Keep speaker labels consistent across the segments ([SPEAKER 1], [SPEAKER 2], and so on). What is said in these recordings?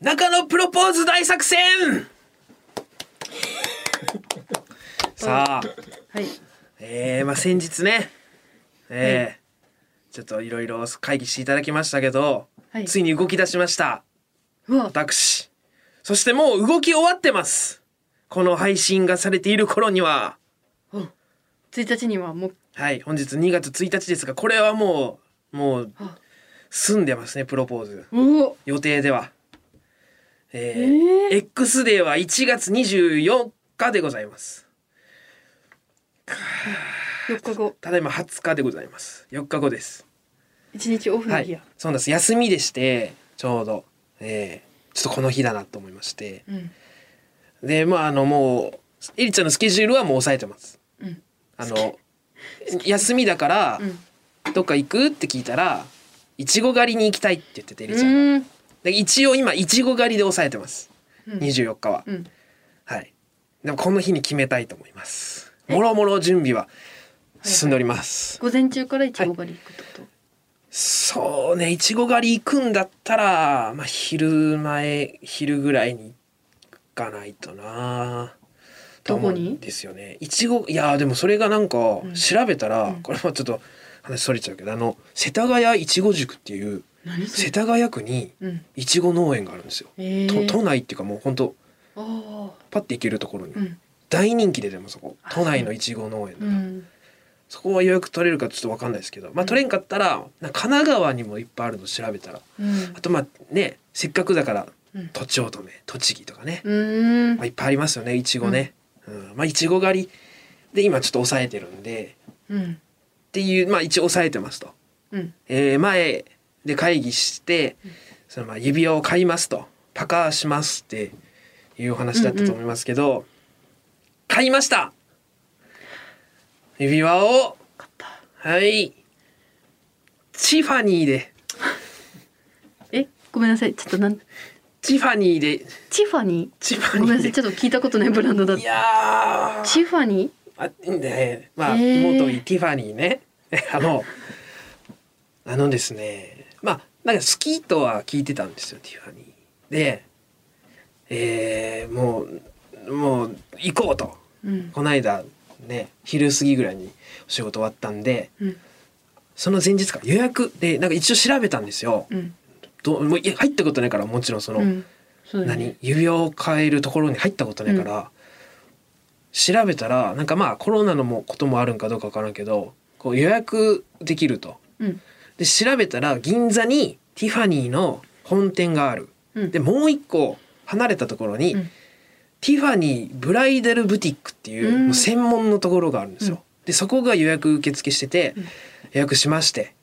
[SPEAKER 1] 中野プロポーズ大作 戦さあ、
[SPEAKER 2] はい。
[SPEAKER 1] えー、まあ先日ね、えーちょっといろいろ会議していただきましたけど、
[SPEAKER 2] はい
[SPEAKER 1] ついに動き出しました
[SPEAKER 2] うわ、
[SPEAKER 1] 私そしてもう動き終わってますこの配信がされている頃には
[SPEAKER 2] 1日にはもう、
[SPEAKER 1] はい本日2月1日ですがこれはもうもう
[SPEAKER 2] あ
[SPEAKER 1] 済んでますねプロポーズ
[SPEAKER 2] おお、
[SPEAKER 1] 予定ではえー
[SPEAKER 2] え
[SPEAKER 1] X デーは1月24日でございます
[SPEAKER 2] 4日後、
[SPEAKER 1] ただいま20日でございます4日後です
[SPEAKER 2] 1日オフ
[SPEAKER 1] は
[SPEAKER 2] の日
[SPEAKER 1] い
[SPEAKER 2] や。
[SPEAKER 1] そうなんです休みでしてちょうどえーちょっとこの日だなと思いまして
[SPEAKER 2] うん。
[SPEAKER 1] でまああのもうエリちゃんのスケジュールはもう抑えてます
[SPEAKER 2] うん。
[SPEAKER 1] あの休みだから
[SPEAKER 2] うん。
[SPEAKER 1] どっか行くって聞いたらいちご狩りに行きたいって言っててエリちゃんが
[SPEAKER 2] うん。
[SPEAKER 1] で一応今いちご狩りで抑えてます
[SPEAKER 2] うん
[SPEAKER 1] 24日は
[SPEAKER 2] うん。
[SPEAKER 1] はい。でもこの日に決めたいと思います。もろもろ準備は進んでおります。
[SPEAKER 2] 午前中からいちご狩り行くってこと。
[SPEAKER 1] そうね、いちご狩り行くんだったら、まあ昼前、昼ぐらいに行かないとな。と思うん
[SPEAKER 2] どこに
[SPEAKER 1] ですよね。いちご、いやーでもそれがなんか
[SPEAKER 2] ん
[SPEAKER 1] 調べたら、
[SPEAKER 2] うん
[SPEAKER 1] これもちょっと話それちゃうけど、あの、世田谷いちご塾っていう、
[SPEAKER 2] 何そ
[SPEAKER 1] 世
[SPEAKER 2] れ。
[SPEAKER 1] 田谷区に
[SPEAKER 2] うん。
[SPEAKER 1] いちご農園があるんですよ。
[SPEAKER 2] ええ
[SPEAKER 1] と都
[SPEAKER 2] ー。
[SPEAKER 1] 内っていうかもう本当
[SPEAKER 2] ああ。
[SPEAKER 1] パッて行けるところに。
[SPEAKER 2] うん。
[SPEAKER 1] 大人気ででもそこ
[SPEAKER 2] あ
[SPEAKER 1] 都内のいちご農園だ
[SPEAKER 2] う
[SPEAKER 1] から、
[SPEAKER 2] ん。
[SPEAKER 1] そこは予約取れるかちょっと分かんないですけど、まあ、取れんかったらなんか神奈川にもいっぱいあるの調べたら
[SPEAKER 2] うん
[SPEAKER 1] あ。とまあねせっかくだから
[SPEAKER 2] うん
[SPEAKER 1] とちおとめ栃木とかね、
[SPEAKER 2] うん
[SPEAKER 1] まあ、。いっぱいありますよねいちごね、うんまあいちご狩りで今ちょっと抑えてるんで
[SPEAKER 2] うん。
[SPEAKER 1] っていうまあ一応抑えてますと、
[SPEAKER 2] うん。
[SPEAKER 1] えー前で会議してそのまあ指輪を買いますとパカーしますっていうお話だったと思いますけど、買いました指輪を
[SPEAKER 2] 買った。
[SPEAKER 1] はい。チファニーで、
[SPEAKER 2] え、ごめんなさい。ちょっとなん、
[SPEAKER 1] チファニーで、
[SPEAKER 2] チファニ
[SPEAKER 1] チフ
[SPEAKER 2] ー。
[SPEAKER 1] ァ
[SPEAKER 2] ご
[SPEAKER 1] ニ
[SPEAKER 2] めん
[SPEAKER 1] ー
[SPEAKER 2] なさ
[SPEAKER 1] で
[SPEAKER 2] い。。ちょっと聞いたことないブランドだっ
[SPEAKER 1] い
[SPEAKER 2] た。
[SPEAKER 1] やー、
[SPEAKER 2] チファニ
[SPEAKER 1] あ、いいんだね。まあ、
[SPEAKER 2] へー
[SPEAKER 1] 元いティファニーね。 あの、あのですね、まあ、なんか好きとは聞いてたんですよ、ティファニー。で、えー、もう、もう、行こうと。
[SPEAKER 2] ー。うん。
[SPEAKER 1] この間、ね、昼過ぎぐらいにお仕事終わったんで、
[SPEAKER 2] うん。
[SPEAKER 1] その前日か予約で、なんか一応調べたんですよ。
[SPEAKER 2] うん。
[SPEAKER 1] どうもういや入ったことないから、もちろんその、
[SPEAKER 2] うん。そうだ
[SPEAKER 1] 何
[SPEAKER 2] ね。
[SPEAKER 1] 指輪を変えるところに入ったことないから、調べたらなんかまあコロナのもこともあるんかどうかわからんけどこう予約できると
[SPEAKER 2] うん。
[SPEAKER 1] で調べたら銀座にティファニーの本店がある
[SPEAKER 2] うん。
[SPEAKER 1] でもう一個離れたところに、
[SPEAKER 2] うん
[SPEAKER 1] ティファニーブライダルブティックっていう,、
[SPEAKER 2] うん
[SPEAKER 1] もう専門のところがあるんですよ、
[SPEAKER 2] うん
[SPEAKER 1] でそこが予約受付してて、
[SPEAKER 2] うん
[SPEAKER 1] 予約しまして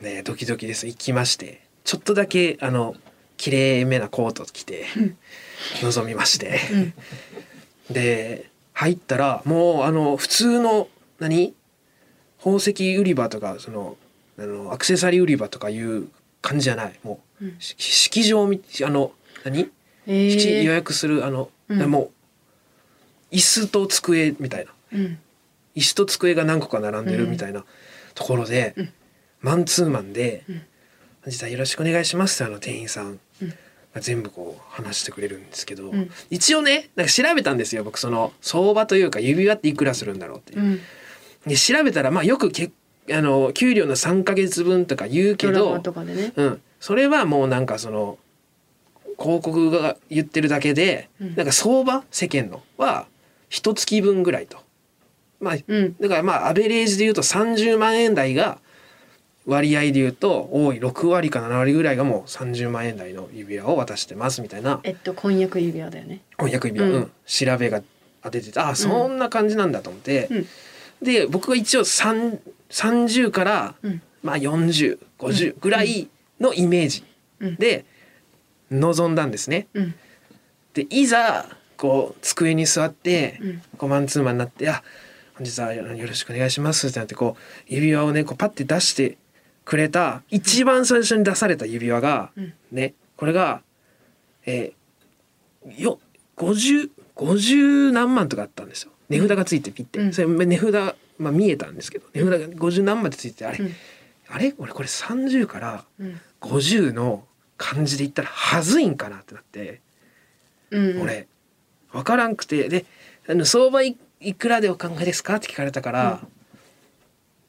[SPEAKER 1] ねドキドキです行きましてちょっとだけあの綺麗めなコート着て 臨みま して、
[SPEAKER 2] うん。
[SPEAKER 1] で入ったらもうあの普通の何宝石売り場とかそのあのアクセサリー売り場とかいう感じじゃないもう、
[SPEAKER 2] うん
[SPEAKER 1] し式場みあの何
[SPEAKER 2] え
[SPEAKER 1] 式予
[SPEAKER 2] えー。
[SPEAKER 1] 約するあの、
[SPEAKER 2] うん
[SPEAKER 1] もう椅子と机みたいな
[SPEAKER 2] うん。
[SPEAKER 1] 椅子と机が何個か並んでるみたいなところで、
[SPEAKER 2] うん
[SPEAKER 1] マンツーマンで
[SPEAKER 2] うん
[SPEAKER 1] 「実はよろしくお願いします」ってあの店員さん
[SPEAKER 2] うん
[SPEAKER 1] が全部こう話してくれるんですけど、
[SPEAKER 2] うん
[SPEAKER 1] 一応ねなんか調べたんですよ僕その相場というか指輪っていくらするんだろうっていう
[SPEAKER 2] う。ん。
[SPEAKER 1] で調べたらまあよくけあの給料の3ヶ月分とか言うけ
[SPEAKER 2] ドラ
[SPEAKER 1] ど
[SPEAKER 2] マとかでね。
[SPEAKER 1] うん、それはもうなんかその広告が言ってるだけで、
[SPEAKER 2] うん
[SPEAKER 1] なんか相場世間のは一月分ぐらいと。まあ
[SPEAKER 2] うん。
[SPEAKER 1] だからまあアベレージで言うと30万円台が割合で言うと多い6割か7割ぐらいがもう30万円台の指輪を渡してますみたいな
[SPEAKER 2] えっと婚約指輪だよね。
[SPEAKER 1] 翻訳指輪、
[SPEAKER 2] うん
[SPEAKER 1] うん調べが当てててあそんな感じなんだと思って、
[SPEAKER 2] うん
[SPEAKER 1] で僕が一応3 30から
[SPEAKER 2] うん
[SPEAKER 1] まあ4050ぐらいのイメージ
[SPEAKER 2] うん
[SPEAKER 1] で臨んだんですね。
[SPEAKER 2] うん
[SPEAKER 1] でいざこう机に座って
[SPEAKER 2] うん
[SPEAKER 1] こうマンツーマンになって「あ本日はよろしくお願いします」ってなってこう指輪をねこうパッて出してくれた一番最初に出された指輪が、
[SPEAKER 2] うん
[SPEAKER 1] ねこれがえーよ50 50何万とかあったんですよ値札がついてピッて、
[SPEAKER 2] うん
[SPEAKER 1] それ値札、まあ、見えたんですけど値札が50何万ってついててあれ、
[SPEAKER 2] うん
[SPEAKER 1] あれ俺これ30から
[SPEAKER 2] うん
[SPEAKER 1] 50の感じで言ったらはずいんかなってなって、
[SPEAKER 2] うん、
[SPEAKER 1] 俺分からんくてであの相場いいくらでお考えですかって聞かれたから、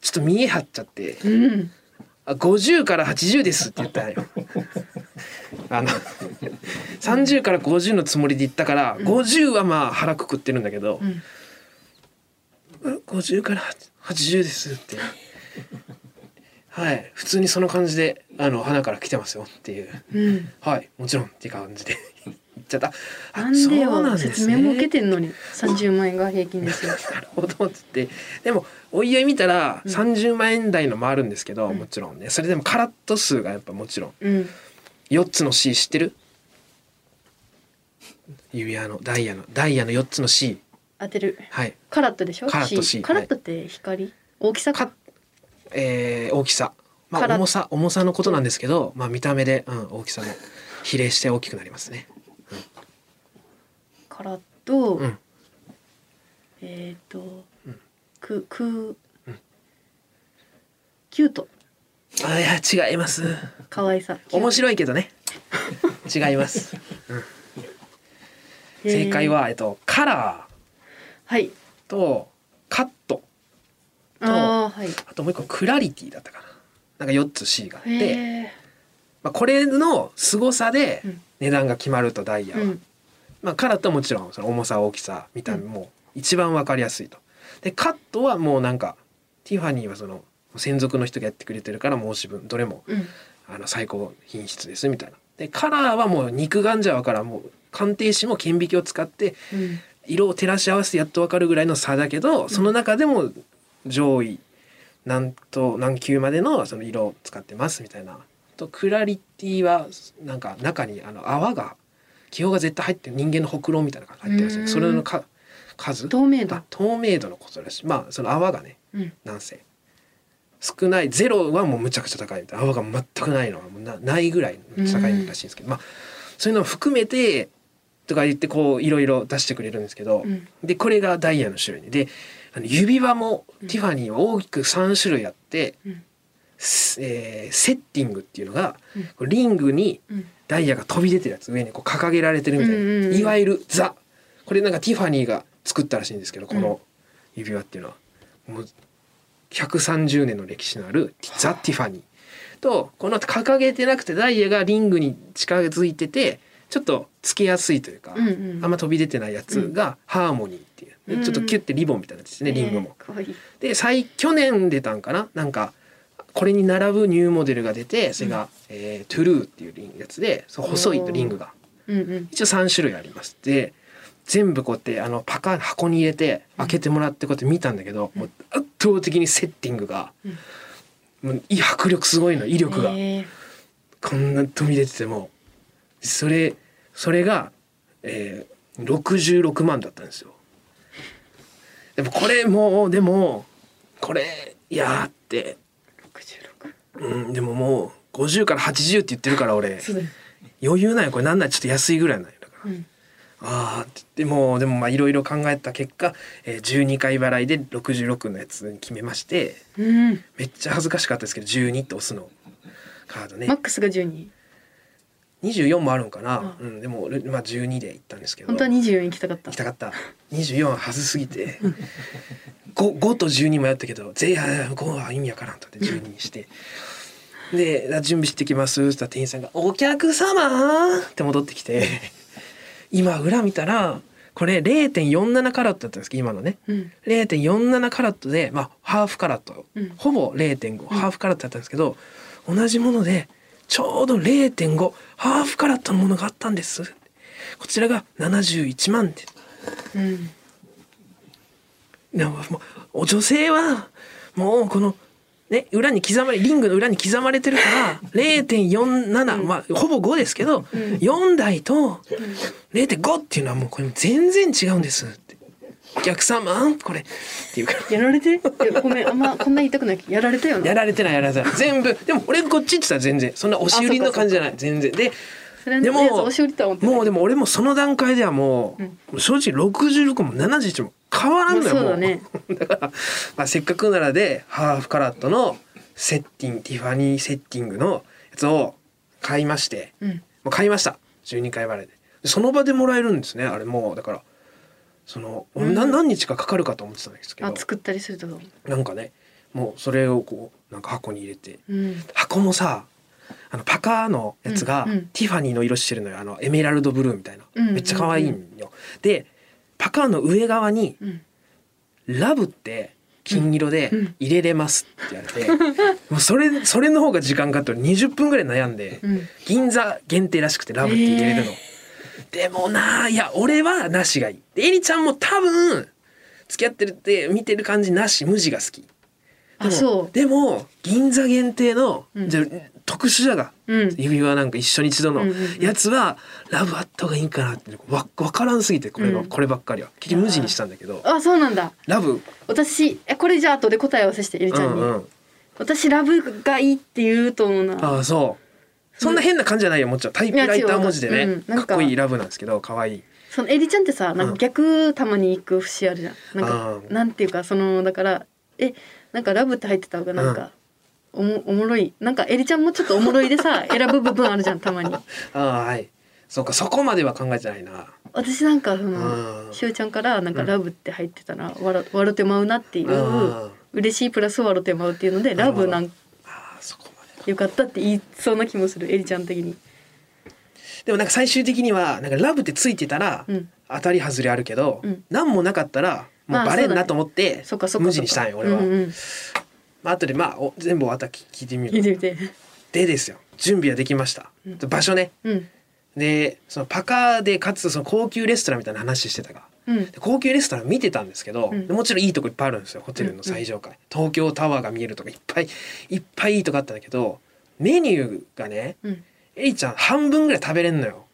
[SPEAKER 1] ちょっと見え張っちゃって
[SPEAKER 2] うん、
[SPEAKER 1] あ50から80ですって言った よあの30から50のつもりで言ったから、50はまあ腹くくってるんだけど
[SPEAKER 2] う、
[SPEAKER 1] う
[SPEAKER 2] ん、
[SPEAKER 1] ん50から80ですってはい普通にその感じであの花から来てますよっていう
[SPEAKER 2] うん、
[SPEAKER 1] はいもちろんっていう感じで言っちゃったあ
[SPEAKER 2] なんで
[SPEAKER 1] そうなん
[SPEAKER 2] よ
[SPEAKER 1] ですね
[SPEAKER 2] 説明も受けてんのに30万円が平 均ですよ。
[SPEAKER 1] なるほどっつってでもおいおい見たら
[SPEAKER 2] うん
[SPEAKER 1] 30万円台のもあるんですけど、
[SPEAKER 2] うん
[SPEAKER 1] もちろんねそれでもカラット数がやっぱもちろん
[SPEAKER 2] うん、
[SPEAKER 1] 4つの C 知ってる指輪のダイヤのダイヤの4つの C
[SPEAKER 2] 当てる。
[SPEAKER 1] はい、
[SPEAKER 2] カラットでしょ。
[SPEAKER 1] カラット C
[SPEAKER 2] カラットって光、大きさ
[SPEAKER 1] か
[SPEAKER 2] か。
[SPEAKER 1] えー大きさ、ま
[SPEAKER 2] カ
[SPEAKER 1] あ、
[SPEAKER 2] ラッ
[SPEAKER 1] 重さ重さのことなんですけど、まあ、見た目で、うん、大きさも比例して大きくなりますね。
[SPEAKER 2] カラット、
[SPEAKER 1] うん
[SPEAKER 2] えっ、ー、と、
[SPEAKER 1] うん
[SPEAKER 2] くく、
[SPEAKER 1] うん
[SPEAKER 2] キュート
[SPEAKER 1] あいや違います
[SPEAKER 2] 可愛さ。
[SPEAKER 1] 面白いけどね 違います
[SPEAKER 2] へー
[SPEAKER 1] 正解。は、えっと、カラ
[SPEAKER 2] はい。
[SPEAKER 1] ーとカット
[SPEAKER 2] ああはい。
[SPEAKER 1] あともう一個クラリティだったかななんか4つ C があっ
[SPEAKER 2] へ
[SPEAKER 1] て、
[SPEAKER 2] え。
[SPEAKER 1] まあ、これの凄さで
[SPEAKER 2] うん
[SPEAKER 1] 値段が決まるとダイヤは、
[SPEAKER 2] うん
[SPEAKER 1] まあ、カラットはもちろんその重さ大きさ見た目も一番わかりやすいとでカットはもうなんかティファニーはその専属の人がやってくれてるから申し分どれも
[SPEAKER 2] うん
[SPEAKER 1] あの最高品質ですみたいなでカラーはもう肉眼じゃわからんもう鑑定士も顕微鏡を使って
[SPEAKER 2] うん
[SPEAKER 1] 色を照らし合わせてやっとわかるぐらいの差だけどその中でも上位何と何級までのその色を使ってますみたいなとクラリティはなんか中にあの泡が気泡が絶対入ってる人間のほくろみたいなのが入ってるらしいんですそ
[SPEAKER 2] うーん
[SPEAKER 1] れのか数
[SPEAKER 2] 透明度
[SPEAKER 1] あ。透明度のことらしいまあその泡がね
[SPEAKER 2] うん
[SPEAKER 1] なんせ少ないゼロはもうむちゃくちゃ高いみたいな泡が全くないのはもうなないぐらい高いらしいんですけど、まあそういうのを含めてとか言ってこういろいろ出してくれるんですけど、
[SPEAKER 2] うん
[SPEAKER 1] でこれがダイヤの種類であの指輪もティファニーは大きく3種類あって、
[SPEAKER 2] うん
[SPEAKER 1] すえーセッティングっていうのが、
[SPEAKER 2] うん
[SPEAKER 1] こうリングに
[SPEAKER 2] うん
[SPEAKER 1] ダイヤが飛び出てるやつ上にこう掲げられてるみたいな、
[SPEAKER 2] うんうんうん
[SPEAKER 1] いわゆるザこれなんかティファニーが作ったらしいんですけどこの指輪っていうのは、もう130年の歴史のあるティザ・ティファニーとこの掲げてなくてダイヤがリングに近づいててちょっとつけやすいというか、
[SPEAKER 2] うんうん。
[SPEAKER 1] あんま飛び出てないやつがハーモニーっていう、で
[SPEAKER 2] うん
[SPEAKER 1] ちょっとキュッてリボンみたいなやつですね、リングも。
[SPEAKER 2] えー。可愛い。
[SPEAKER 1] で最去年出たんかななんかこれに並ぶニューモデルが出てそれが、えートゥルーっていうリングやつでそう細いリングが
[SPEAKER 2] うんうん。
[SPEAKER 1] 一応3種類ありますで全部こうやってあのパカン箱に入れて開けてもらってこうやって見たんだけど、もう圧倒的にセッティングが、もうい迫力すごいの威力が、
[SPEAKER 2] へー
[SPEAKER 1] こんな飛び出ててもそれそれが、えー、66万だったんですよでもこれもうでもこれいやーって、
[SPEAKER 2] 66
[SPEAKER 1] うん、でももう50から80って言ってるから俺
[SPEAKER 2] そうだよ。
[SPEAKER 1] 余裕ないよこれなんないちょっと安いぐらいなんよだから
[SPEAKER 2] うん
[SPEAKER 1] ああって言ってもうでもまあいろいろ考えた結果、えー、12回払いで66のやつに決めまして
[SPEAKER 2] うん。
[SPEAKER 1] めっちゃ恥ずかしかったですけど12って押すのカードね
[SPEAKER 2] マックスが12。
[SPEAKER 1] 24もあるんかな、
[SPEAKER 2] う
[SPEAKER 1] うんでも、俺まあ、12で行ったんですけど
[SPEAKER 2] 本当は24行きたかっ
[SPEAKER 1] 行
[SPEAKER 2] た
[SPEAKER 1] き。たかった24ははずすぎて 5, 5と12迷ったけど全員5は意味わからんと思って12にしてであ「準備してきます」って言ったら店員さんが「お客様!」って戻ってきて今裏見たらこれ0.47カラットだったんですけど今のね
[SPEAKER 2] うん。
[SPEAKER 1] 0.47カラットで、まあ、ハーフカラット、
[SPEAKER 2] うん
[SPEAKER 1] ほぼ0.5、ハーフカラットだったんですけど同じものでちょうど0.5ハーフカラットのものがあったんですこちらが71万で
[SPEAKER 2] うん。
[SPEAKER 1] なもうお女性はもうこのね裏に刻まれリングの裏に刻まれてる から0.47、まあほぼ5ですけど、4台と0.5っていうのはもうこれ全然違うんですってお客様これっていうから。
[SPEAKER 2] やられていやごめんあんまこんな言いたくないけどやられたよ
[SPEAKER 1] や
[SPEAKER 2] な
[SPEAKER 1] られてないやられてない全部でも俺こっちって言ったら全然そんな押し売りの感じじゃない全然で
[SPEAKER 2] それ
[SPEAKER 1] で
[SPEAKER 2] のやつ
[SPEAKER 1] も
[SPEAKER 2] 押し売りとは思ってない
[SPEAKER 1] もうでも俺もその段階ではもう、
[SPEAKER 2] うん
[SPEAKER 1] もう正直66も71も変わらんのよ
[SPEAKER 2] まあ
[SPEAKER 1] も
[SPEAKER 2] そうだね
[SPEAKER 1] だから、まあ、せっかくならでハーフカラットのセッティングティファニーセッティングのやつを買いまして
[SPEAKER 2] うん
[SPEAKER 1] もう買いました12回払いででその場でもらえるんですねあれもうだからその、
[SPEAKER 2] うん
[SPEAKER 1] な何日かかかるかと思ってたんですけ
[SPEAKER 2] あ
[SPEAKER 1] ど
[SPEAKER 2] 作ったりすると
[SPEAKER 1] なんかねもうそれをこうなんか箱に入れて
[SPEAKER 2] うん
[SPEAKER 1] 箱もさあのパカーのやつが
[SPEAKER 2] うんうん
[SPEAKER 1] ティファニーの色してるのよあのエメラルドブルーみたいな、
[SPEAKER 2] うん
[SPEAKER 1] めっちゃ可愛いんよ、でパカーの上側に
[SPEAKER 2] うん
[SPEAKER 1] 「ラブ」って金色で
[SPEAKER 2] うん
[SPEAKER 1] 入れれますって言われ て、もうそれそれの方が時間かかって20分ぐらい悩んで、
[SPEAKER 2] うん
[SPEAKER 1] 銀座限定らしくてラブって入れれるの、でもなあいや俺はなしがいいでえりちゃんも多分付き合ってるって見てる感じなし無地が好きで
[SPEAKER 2] あ
[SPEAKER 1] も
[SPEAKER 2] そ
[SPEAKER 1] でも銀座限定の、
[SPEAKER 2] うん
[SPEAKER 1] じゃあ特殊だが
[SPEAKER 2] ううん
[SPEAKER 1] 指輪なんか一緒に一度の
[SPEAKER 2] うんうんうん
[SPEAKER 1] やつは、ラブあった方がいいかなってわ分からんすぎてこれが、
[SPEAKER 2] うん
[SPEAKER 1] こればっかりは結局無地にしたんだけど
[SPEAKER 2] あそうなんだ
[SPEAKER 1] ラブ
[SPEAKER 2] 私えこれじゃあ後で答え合わせしてゆりち
[SPEAKER 1] う
[SPEAKER 2] ゃんに、
[SPEAKER 1] んうん
[SPEAKER 2] 私ラブがいいって言うと思うな
[SPEAKER 1] ああそうそんな変な感じじゃないよもちろんタイプライター文字でね、
[SPEAKER 2] いや違ううん
[SPEAKER 1] か
[SPEAKER 2] なん
[SPEAKER 1] っ
[SPEAKER 2] か
[SPEAKER 1] こいいラブなんですけど可愛い
[SPEAKER 2] そのえりちゃんってさなん
[SPEAKER 1] う
[SPEAKER 2] か
[SPEAKER 1] ん
[SPEAKER 2] 逆たまに行く節あるじゃんなん
[SPEAKER 1] あ
[SPEAKER 2] か
[SPEAKER 1] ー
[SPEAKER 2] なんていうかそのだからえなんかラブって入ってた方がなんか、おもおもろいなんかえりちゃんもちょっとおもろいで さ選ぶ部分あるじゃんたまに
[SPEAKER 1] ああはいそうかそこまでは考えてないな、
[SPEAKER 2] 私なんかそ
[SPEAKER 1] うん、
[SPEAKER 2] の
[SPEAKER 1] あ
[SPEAKER 2] しおちゃんからなんか
[SPEAKER 1] うん
[SPEAKER 2] ラブって入ってたら笑笑ってまうなっていう
[SPEAKER 1] あ
[SPEAKER 2] 嬉しいプラス笑ってまうっていうので
[SPEAKER 1] なる
[SPEAKER 2] ラ
[SPEAKER 1] ほど
[SPEAKER 2] ブなん
[SPEAKER 1] ああそこまで
[SPEAKER 2] よかったって言いそうな気もするえりちゃん的に
[SPEAKER 1] でもなんか最終的にはなんかラブってついてたら、
[SPEAKER 2] うん
[SPEAKER 1] 当たり外れあるけど、
[SPEAKER 2] うん
[SPEAKER 1] 何もなかったらも
[SPEAKER 2] ま
[SPEAKER 1] う
[SPEAKER 2] あ
[SPEAKER 1] バレん
[SPEAKER 2] そうだ
[SPEAKER 1] な
[SPEAKER 2] ね
[SPEAKER 1] と思って、
[SPEAKER 2] そっかそっかそっか
[SPEAKER 1] 無地にしたんよ俺は、
[SPEAKER 2] うんうん、
[SPEAKER 1] まあ後でまあお全部わた聞いてみ
[SPEAKER 2] 聞い
[SPEAKER 1] る
[SPEAKER 2] てみて
[SPEAKER 1] でですよ準備はできました、
[SPEAKER 2] うん
[SPEAKER 1] 場所ね
[SPEAKER 2] うん
[SPEAKER 1] でそのパカーでかつその高級レストランみたいな話してたが
[SPEAKER 2] うん
[SPEAKER 1] で高級レストラン見てたんですけど、
[SPEAKER 2] うん
[SPEAKER 1] でもちろんいいとこいっぱいあるんですよホテルの最上階、東京タワーが見えるとかいっぱいいっぱいいいとこあったんだけどメニューがね
[SPEAKER 2] うん
[SPEAKER 1] エリちゃん半分ぐらい食べれんのよ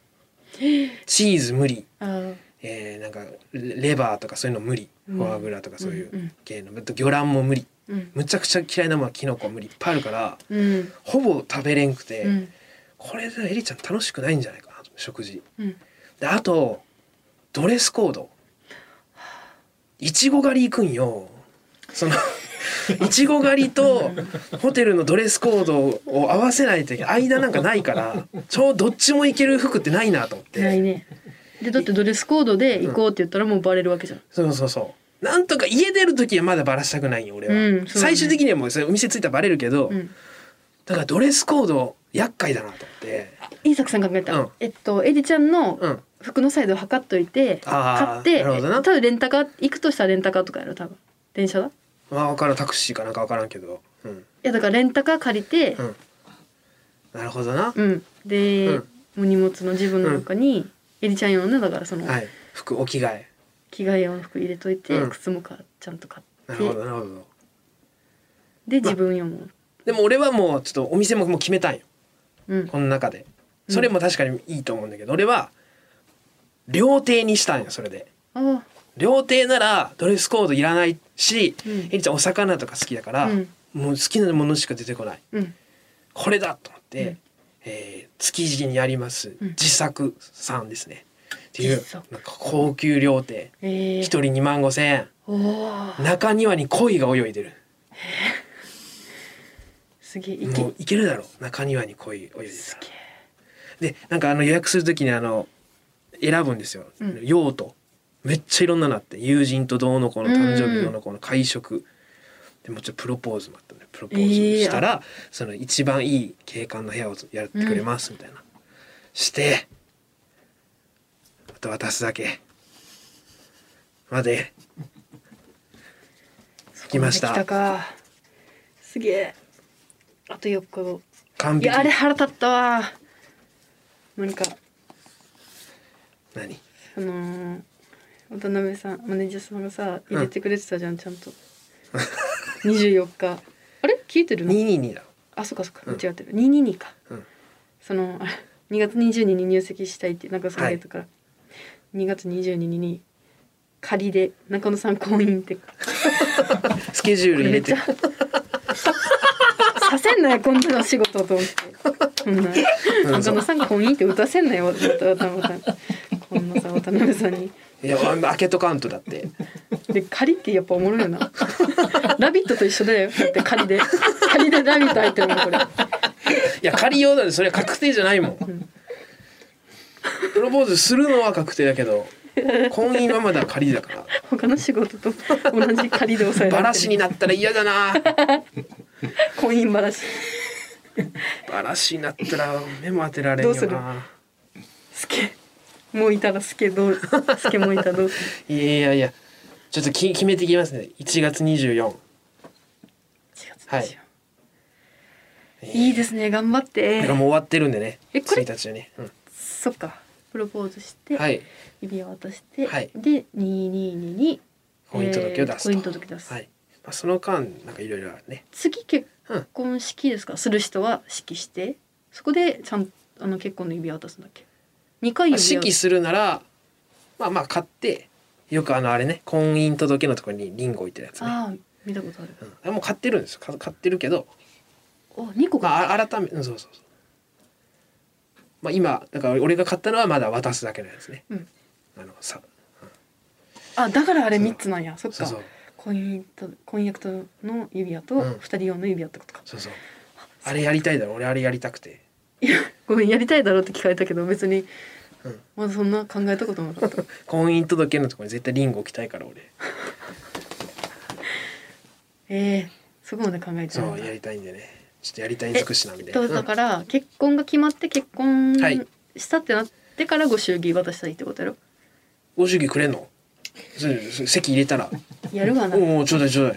[SPEAKER 1] チーズ無理
[SPEAKER 2] あー
[SPEAKER 1] えー、なんかレレバーとかそういうの無理
[SPEAKER 2] うん
[SPEAKER 1] フォアグラとかそうい
[SPEAKER 2] んう
[SPEAKER 1] うん系の、魚卵も無理
[SPEAKER 2] うん
[SPEAKER 1] むちゃくちゃ嫌いなものはキノコ無理いっぱいあるから
[SPEAKER 2] うん
[SPEAKER 1] ほぼ食べれんくて、
[SPEAKER 2] うん
[SPEAKER 1] これでエリちゃん楽しくないんじゃないかな食事
[SPEAKER 2] うん
[SPEAKER 1] であとドレスコードいちご狩り行くんよそ のいちご狩りとホテルのドレスコードを合わせないといけない間なんかないからちょうどどっちもいける服ってないなと思って
[SPEAKER 2] ないねでだってドレスコードで行こうって言ったらもうバレるわけじゃん、
[SPEAKER 1] そうそうそう。なんとか家出る時はまだバラしたくないよ俺は、
[SPEAKER 2] うんそうだね
[SPEAKER 1] 最終的にはもうそれお店着いたらバレるけど、
[SPEAKER 2] うん、
[SPEAKER 1] だからドレスコード厄介だなと思って
[SPEAKER 2] いい作戦考えた、
[SPEAKER 1] うん
[SPEAKER 2] えっとエリちゃんの
[SPEAKER 1] うん
[SPEAKER 2] 服のサイズを測っといて買
[SPEAKER 1] あ
[SPEAKER 2] っ
[SPEAKER 1] ー
[SPEAKER 2] て
[SPEAKER 1] なるほどな
[SPEAKER 2] 多分レンタカー行くとしたらレンタカーとかやろ多分電車だい
[SPEAKER 1] まあ分からんタクシーかなんか分からんけどうん
[SPEAKER 2] やだからレンタカー借りて
[SPEAKER 1] うんなるほどな、
[SPEAKER 2] うん、で、
[SPEAKER 1] うん
[SPEAKER 2] もう荷物の自分の中に、エリちゃん用のだからその、
[SPEAKER 1] はい服お着替え
[SPEAKER 2] 着替え用の服入れといて、
[SPEAKER 1] うん
[SPEAKER 2] 靴もかちゃんと買
[SPEAKER 1] な
[SPEAKER 2] っ
[SPEAKER 1] るほ
[SPEAKER 2] て
[SPEAKER 1] どなるほど
[SPEAKER 2] で自分用も、
[SPEAKER 1] でも俺はもうちょっとお店ももう決めたんよ
[SPEAKER 2] うん
[SPEAKER 1] この中でそれも確かにいいと思うんだけど、俺は料亭にしたんよそれで
[SPEAKER 2] あー
[SPEAKER 1] 料亭ならドレスコードいらないし、
[SPEAKER 2] うん
[SPEAKER 1] エリちゃんお魚とか好きだから、
[SPEAKER 2] うん
[SPEAKER 1] もう好きなものしか出てこない
[SPEAKER 2] うん
[SPEAKER 1] これだと思って、
[SPEAKER 2] うん
[SPEAKER 1] えー築地にあります
[SPEAKER 2] うん
[SPEAKER 1] 自作さんですね、っていう
[SPEAKER 2] 自作
[SPEAKER 1] なんか高級料亭
[SPEAKER 2] え
[SPEAKER 1] 一
[SPEAKER 2] ー、
[SPEAKER 1] 人2万5千
[SPEAKER 2] お
[SPEAKER 1] 円
[SPEAKER 2] ー
[SPEAKER 1] 中庭に鯉が泳いでる
[SPEAKER 2] すげえいけ
[SPEAKER 1] もういけるだろう中庭に鯉泳いでたら
[SPEAKER 2] すげえ
[SPEAKER 1] でなんかあの予約する時にあの選ぶんですよ、
[SPEAKER 2] うん
[SPEAKER 1] 用途めっちゃいろんなのあって友人とどうの子の誕生日どうの子の会食でもちろんプロポーズもあったんでプロポーズしたら、その一番いい景観の部屋をやってくれますみたいな、してあと渡すだけまで
[SPEAKER 2] そこ
[SPEAKER 1] きました
[SPEAKER 2] で来たかすげえあと4日後
[SPEAKER 1] 完
[SPEAKER 2] い
[SPEAKER 1] 璧
[SPEAKER 2] やあれ腹立ったわなんか
[SPEAKER 1] 何
[SPEAKER 2] あのー渡辺さんマネージャーさんがさ
[SPEAKER 1] うん
[SPEAKER 2] 入れてくれてたじゃん、ちゃんと24日 あれ聞いてるの
[SPEAKER 1] 222だろ
[SPEAKER 2] あそっかそっか
[SPEAKER 1] うん
[SPEAKER 2] 間違ってる222か、
[SPEAKER 1] うん
[SPEAKER 2] その あれ2月22日に入籍したいって中野さんが言ったから、2月22日に仮で中野さん婚姻って
[SPEAKER 1] スケジュール入
[SPEAKER 2] め
[SPEAKER 1] れ
[SPEAKER 2] っち
[SPEAKER 1] て
[SPEAKER 2] ゃさせんなよこんなの仕事と思ってそんな
[SPEAKER 1] うん
[SPEAKER 2] 浅野さんが本意って打たせんなよ渡辺さんこんなさ渡辺さんに
[SPEAKER 1] いや開けとカウントだって
[SPEAKER 2] で仮ってやっぱおもろいよな「ラビット!」と一緒だよだって仮で仮で「ラビット!」入ってるもんこれ
[SPEAKER 1] いや仮用なんでそれは確定じゃないもん
[SPEAKER 2] ん
[SPEAKER 1] プロポーズするのは確定だけど婚姻はまだ仮だか
[SPEAKER 2] 他の仕事と同じ仮で抑え
[SPEAKER 1] らバ
[SPEAKER 2] られてる
[SPEAKER 1] ラシになったら嫌だな
[SPEAKER 2] 婚姻バラシ
[SPEAKER 1] バラシになったら目も当てられんよ
[SPEAKER 2] どう
[SPEAKER 1] な
[SPEAKER 2] スケもういたらスケどうスケもいたらどうする
[SPEAKER 1] いやいやいやちょっとき決めてきますね1月24
[SPEAKER 2] 1月
[SPEAKER 1] はい
[SPEAKER 2] 24いいですね頑張っ
[SPEAKER 1] だから
[SPEAKER 2] て
[SPEAKER 1] もう終わってるんでね
[SPEAKER 2] えこれ
[SPEAKER 1] 1日はね、う
[SPEAKER 2] そっかプロポーズして、
[SPEAKER 1] ん、はい
[SPEAKER 2] 指輪渡して、
[SPEAKER 1] はい
[SPEAKER 2] で2222に
[SPEAKER 1] 婚姻届を出すと、
[SPEAKER 2] えー婚姻届出す
[SPEAKER 1] はいまあ、その間なんかいろいろあるね
[SPEAKER 2] 次結婚式ですか、する人は式してそこでちゃんあの結婚の指輪渡すんだっけ2回
[SPEAKER 1] まあ
[SPEAKER 2] 指輪
[SPEAKER 1] 指揮するならまあまあ買ってよくあのあれね婚姻届のところにリンゴ置いてるやつね、
[SPEAKER 2] ああ見たことある
[SPEAKER 1] うん、もう買ってるんですよか買ってるけど、
[SPEAKER 2] お2個か、
[SPEAKER 1] まあ、あ改めうんそうそうそうまあ今だから俺が買ったのはまだ渡すだけのやつね、
[SPEAKER 2] うん
[SPEAKER 1] あのさ
[SPEAKER 2] あだからあれ3つなんやそっ
[SPEAKER 1] そ
[SPEAKER 2] か
[SPEAKER 1] うそう
[SPEAKER 2] 婚姻と婚約との指輪と
[SPEAKER 1] うん
[SPEAKER 2] 2人用の指輪ってことか、
[SPEAKER 1] そうそうあれやりたいだろ俺あれやりたくて
[SPEAKER 2] ごめんやりたいだろうって聞かれたけど別に
[SPEAKER 1] うん
[SPEAKER 2] まだそんな考えたことなか った
[SPEAKER 1] 婚姻届のところに絶対リンゴ置きたいから俺
[SPEAKER 2] ええそこまで考えて
[SPEAKER 1] そ
[SPEAKER 2] な
[SPEAKER 1] うや
[SPEAKER 2] い
[SPEAKER 1] りたいんでねちょっとやりたい尽くしなんで、
[SPEAKER 2] と
[SPEAKER 1] うん
[SPEAKER 2] だから、結婚が決まって結婚
[SPEAKER 1] はい
[SPEAKER 2] したってなってからご祝儀渡したらいいってことやろ
[SPEAKER 1] ご祝儀くれんのそれそれ席入れたら
[SPEAKER 2] やるわな
[SPEAKER 1] おおちょうだいちょうだ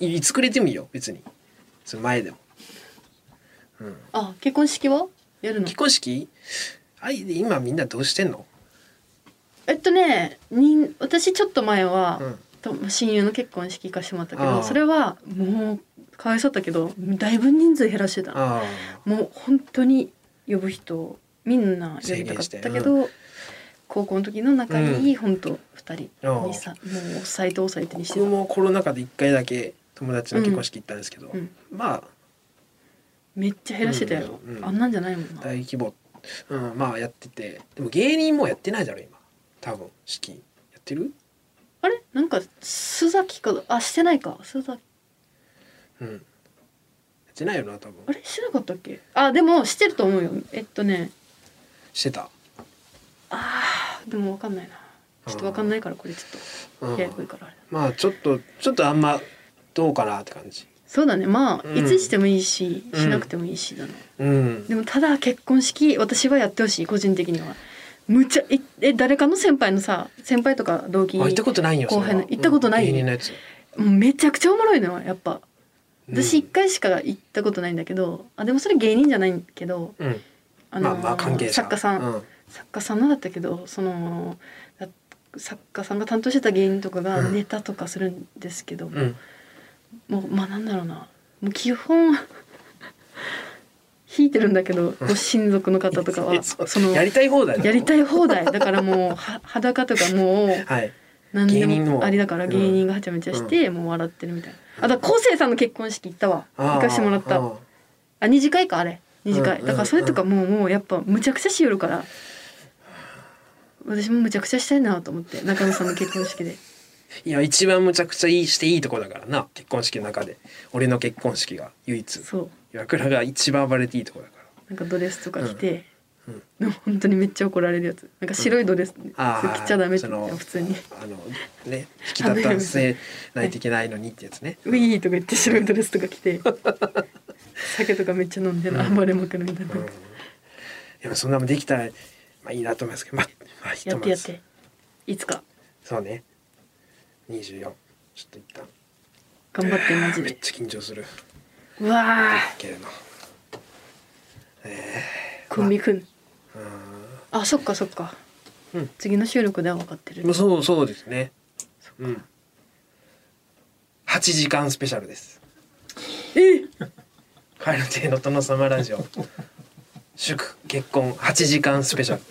[SPEAKER 1] いいいつくれてもいいよ別にその前でも、うん、
[SPEAKER 2] あ結婚式はやるの
[SPEAKER 1] 結婚式あい今みんなどうしてんの、
[SPEAKER 2] えっとねに私ちょっと前は
[SPEAKER 1] う、ん、
[SPEAKER 2] と親友の結婚式行かしてもらったけ
[SPEAKER 1] あ
[SPEAKER 2] ど
[SPEAKER 1] あ
[SPEAKER 2] それはもうかわいそうだったけどだいぶ人数減らしてたな
[SPEAKER 1] あ
[SPEAKER 2] もう本当に呼ぶ人みんな呼びたかったけど、高校の時の仲いい本当二人
[SPEAKER 1] ああ
[SPEAKER 2] にさ、もう押さえて押さえてにして
[SPEAKER 1] 僕
[SPEAKER 2] た
[SPEAKER 1] もコロナ禍で一回だけ友達の結婚式行ったんですけど、
[SPEAKER 2] うん
[SPEAKER 1] ま
[SPEAKER 2] めっちゃ減らしてたよ、
[SPEAKER 1] うんうん
[SPEAKER 2] あんなんじゃないもん
[SPEAKER 1] あ
[SPEAKER 2] な
[SPEAKER 1] 大規模、うん、まあやっててでも芸人もうやってないだろ今多分式やってる
[SPEAKER 2] あれなんか須崎かあしてないか須崎
[SPEAKER 1] うんやってないよな多分
[SPEAKER 2] あれしてなかったっけあでもしてると思うよえっとね
[SPEAKER 1] してた、
[SPEAKER 2] あーでもわかんないなちょっとわかんないからこれちょ
[SPEAKER 1] う
[SPEAKER 2] っ
[SPEAKER 1] ん
[SPEAKER 2] とややこいからあれ
[SPEAKER 1] まあちょっとちょっとあんまどうかなって感じ
[SPEAKER 2] そうだねまあ、
[SPEAKER 1] うん
[SPEAKER 2] いつしてもいいし
[SPEAKER 1] うん
[SPEAKER 2] しなくてもいいしだね、
[SPEAKER 1] うん
[SPEAKER 2] でもただ結婚式私はやってほしい個人的にはむちゃええ誰かの先輩のさ先輩とか同期
[SPEAKER 1] あ行ったことないよ
[SPEAKER 2] 後輩の
[SPEAKER 1] そん
[SPEAKER 2] 行ったことない
[SPEAKER 1] 芸人のやつ
[SPEAKER 2] もうめちゃくちゃおもろいのよやっぱ私
[SPEAKER 1] う
[SPEAKER 2] 1回しか行ったことないんだけど、あでもそれ芸人じゃないけど、
[SPEAKER 1] んうんま
[SPEAKER 2] あの
[SPEAKER 1] あまあ関係者
[SPEAKER 2] 作家さん、
[SPEAKER 1] うん
[SPEAKER 2] 作家さんのだったけどそのだ作家さんが担当してた芸人とかが
[SPEAKER 1] うん
[SPEAKER 2] ネタとかするんですけ
[SPEAKER 1] う
[SPEAKER 2] ど、
[SPEAKER 1] ん
[SPEAKER 2] もうまあなんだろうなもう基本弾いてるんだけどご親族の方とか
[SPEAKER 1] え
[SPEAKER 2] は
[SPEAKER 1] そう
[SPEAKER 2] その
[SPEAKER 1] や
[SPEAKER 2] や
[SPEAKER 1] りたい放題なの
[SPEAKER 2] りたい放題だからもうは裸とか もう
[SPEAKER 1] はい
[SPEAKER 2] 何で
[SPEAKER 1] 芸人
[SPEAKER 2] も
[SPEAKER 1] の
[SPEAKER 2] ありだから
[SPEAKER 1] うん
[SPEAKER 2] 芸人がはちゃめちゃしてもう笑ってるみたいなあだから昴生さんの結婚式行ったわ行かしてもらった
[SPEAKER 1] あ
[SPEAKER 2] あ二次会かあれ二次会、
[SPEAKER 1] うん
[SPEAKER 2] だからそれとかもう,、もうやっぱむちゃくちゃしよるから私もむちゃくちゃしたいなと思って中野さんの結婚 式で
[SPEAKER 1] いや一番むちゃくちゃいいしていいとこだからな結婚式の中で俺の結婚式が唯一
[SPEAKER 2] そう
[SPEAKER 1] 岩倉が一番暴れていいとこだか
[SPEAKER 2] なんかドレスとか着て、
[SPEAKER 1] うん
[SPEAKER 2] でも本当にめっちゃ怒られるやつなんか白いドレス、
[SPEAKER 1] あー
[SPEAKER 2] 着ちゃダメって言っ
[SPEAKER 1] そ
[SPEAKER 2] て
[SPEAKER 1] の
[SPEAKER 2] 普通に
[SPEAKER 1] らあのね引き立たせないといけないのにってやつね
[SPEAKER 2] 「ウィー」とか言って白いドレスとか着 て酒とかめっちゃ飲んでな暴れまくるみたいな、
[SPEAKER 1] うんいやそんなもんできたらまあいいなと思いますけどまあまあひ
[SPEAKER 2] や
[SPEAKER 1] と
[SPEAKER 2] っ
[SPEAKER 1] ま
[SPEAKER 2] て
[SPEAKER 1] ず
[SPEAKER 2] やっていつか
[SPEAKER 1] そうね24ちょっと一旦
[SPEAKER 2] 頑張ってマジ
[SPEAKER 1] めっ
[SPEAKER 2] で
[SPEAKER 1] ちゃ緊張する
[SPEAKER 2] うわあ
[SPEAKER 1] けれど
[SPEAKER 2] くんみくん
[SPEAKER 1] う
[SPEAKER 2] あそっかそっか、
[SPEAKER 1] うん
[SPEAKER 2] 次の収録では分かってる
[SPEAKER 1] ーんそうそうですね
[SPEAKER 2] そっか
[SPEAKER 1] うん8時間スペシャルです
[SPEAKER 2] え
[SPEAKER 1] カエル亭の殿様ラジオ祝結婚8時間スペシャル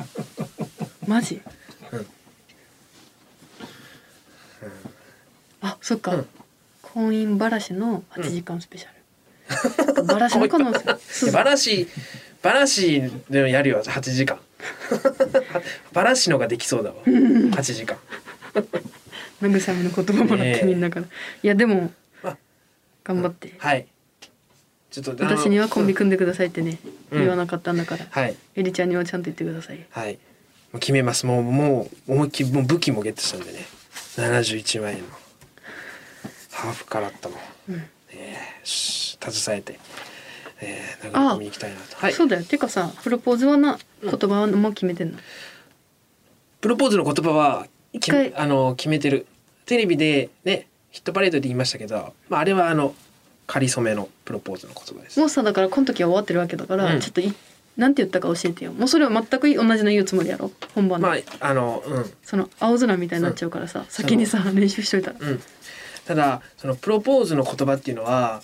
[SPEAKER 2] マジ、
[SPEAKER 1] うんうん
[SPEAKER 2] あそっか、
[SPEAKER 1] うん
[SPEAKER 2] 婚姻ばらしの8時間スペシャル、バラシの 可能性
[SPEAKER 1] でバラシバラシでもやるよ8時間バラシのができそうだわ8時間
[SPEAKER 2] 慰めの言葉もらっ
[SPEAKER 1] ね
[SPEAKER 2] て
[SPEAKER 1] え
[SPEAKER 2] みんなから、いやでも
[SPEAKER 1] まあ
[SPEAKER 2] 頑張って、
[SPEAKER 1] はいちょっとあの
[SPEAKER 2] 私にはコンビ組んでくださいってね、
[SPEAKER 1] うん
[SPEAKER 2] 言わなかったんだから
[SPEAKER 1] はい
[SPEAKER 2] エリちゃんにはちゃんと言ってください
[SPEAKER 1] はいもう決めますもうもう思いっきりもう武器もゲットしたんでね71万円のハーフカラットも、
[SPEAKER 2] うん
[SPEAKER 1] えーし携えて、えー、殴り込みに行きたいなとはい
[SPEAKER 2] そうだよてかさプロポーズはな
[SPEAKER 1] うん
[SPEAKER 2] 言葉はもう決めてんの、
[SPEAKER 1] プロポーズの言葉は
[SPEAKER 2] 一回
[SPEAKER 1] きあの決めてるテレビでねヒットパレードで言いましたけど、まあ、あれはあの仮初めのプロポーズの言葉です
[SPEAKER 2] もうさだからこの時は終わってるわけだから、
[SPEAKER 1] うん
[SPEAKER 2] ちょっといなんて言ったか教えてよもうそれは全く同じの言うつもりやろ本番の、
[SPEAKER 1] まああのうん
[SPEAKER 2] その青空みたいになっちゃうからさ、先にさ練習しといたら
[SPEAKER 1] うんただそのプロポーズの言葉っていうのは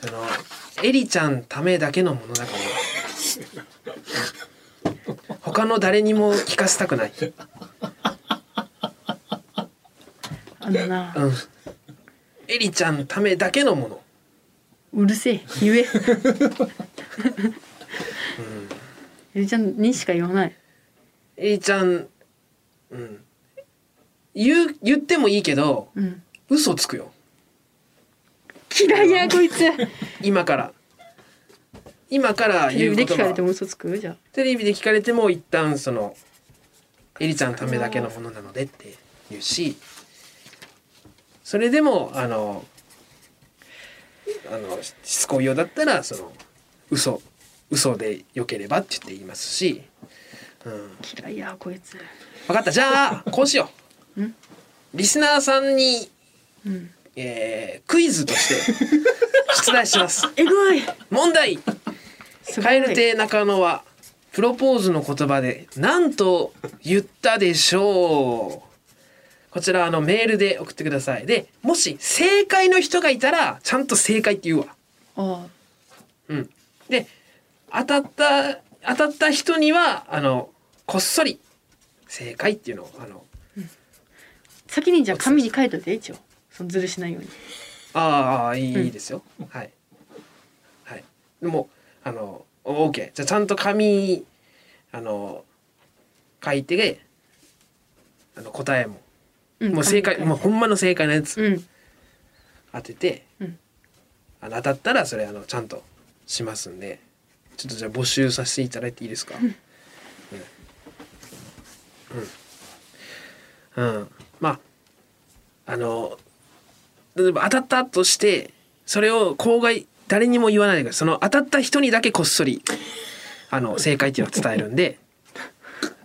[SPEAKER 1] そのエリちゃんためだけのもの だから他の誰にも聞かせたくない、
[SPEAKER 2] あのな、
[SPEAKER 1] うん、エリちゃんためだけのもの
[SPEAKER 2] うるせえ言えエリちゃんにしか言わない
[SPEAKER 1] エリちゃん、うん、言う言ってもいいけど
[SPEAKER 2] うん
[SPEAKER 1] 嘘つくよ
[SPEAKER 2] 嫌いやこいつ
[SPEAKER 1] 今から今から
[SPEAKER 2] テレ
[SPEAKER 1] 言う
[SPEAKER 2] ビで
[SPEAKER 1] 言
[SPEAKER 2] 聞かれて
[SPEAKER 1] 葉
[SPEAKER 2] も嘘つくじゃあ
[SPEAKER 1] テレビで聞かれても一旦そのエリちゃんのためだけのものなのでって言うしそれでもあのあのしつこいようだったらその嘘嘘でよければって言って言いますし、うん、
[SPEAKER 2] 嫌いやこいつ
[SPEAKER 1] 分かったじゃあこうしようんリスナーさんに、
[SPEAKER 2] うん
[SPEAKER 1] えークイズとして出題します
[SPEAKER 2] えぐい
[SPEAKER 1] 問題
[SPEAKER 2] すごい
[SPEAKER 1] 蛙亭中野はプロポーズの言葉で何と言ったでしょうこちらあのメールで送ってくださいでもし正解の人がいたらちゃんと正解って言うわ
[SPEAKER 2] あ
[SPEAKER 1] うんで当たった当たった人にはあのこっそり正解っていうのをあの
[SPEAKER 2] 先にじゃあ紙に書いといて一応そのずるしないように
[SPEAKER 1] ああいい,、
[SPEAKER 2] うん
[SPEAKER 1] いいですよはいはいでもあのオーケーじゃあちゃんと紙あの書いてあの答えも、
[SPEAKER 2] うん
[SPEAKER 1] もう正解
[SPEAKER 2] 紙に
[SPEAKER 1] も
[SPEAKER 2] 書
[SPEAKER 1] う
[SPEAKER 2] い
[SPEAKER 1] ほんまの正解のやつ
[SPEAKER 2] てうん
[SPEAKER 1] 当てて、
[SPEAKER 2] うん
[SPEAKER 1] あの当たったらそれあのちゃんとしますんでちょっとじゃあ募集させていただいていいですかうん、うんうんまああの例えば当たったとしてそれを口外誰にも言わないでくださいその当たった人にだけこっそりあの正解っていうのは伝えるん で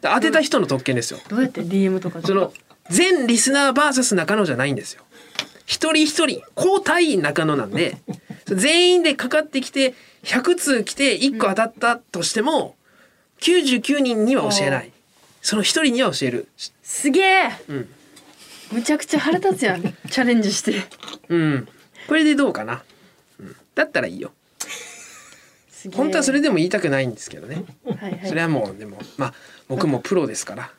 [SPEAKER 1] で当てた人の特権ですよ
[SPEAKER 2] どうやって DM とかで
[SPEAKER 1] その全リスナー VS 中野じゃないんですよ。一人一人交代中野なんで全員でかかってきて100通来て1個当たったとしても99人には教えないその一人には教えるし
[SPEAKER 2] すげえ
[SPEAKER 1] うん、
[SPEAKER 2] むちゃくちゃ腹立つやんチャレンジして
[SPEAKER 1] うん、これでどうかな、うん、だったらいいよ
[SPEAKER 2] すげえ
[SPEAKER 1] 本当はそれでも言いたくないんですけどね
[SPEAKER 2] はいはい
[SPEAKER 1] それはもうでもまあ僕もプロですから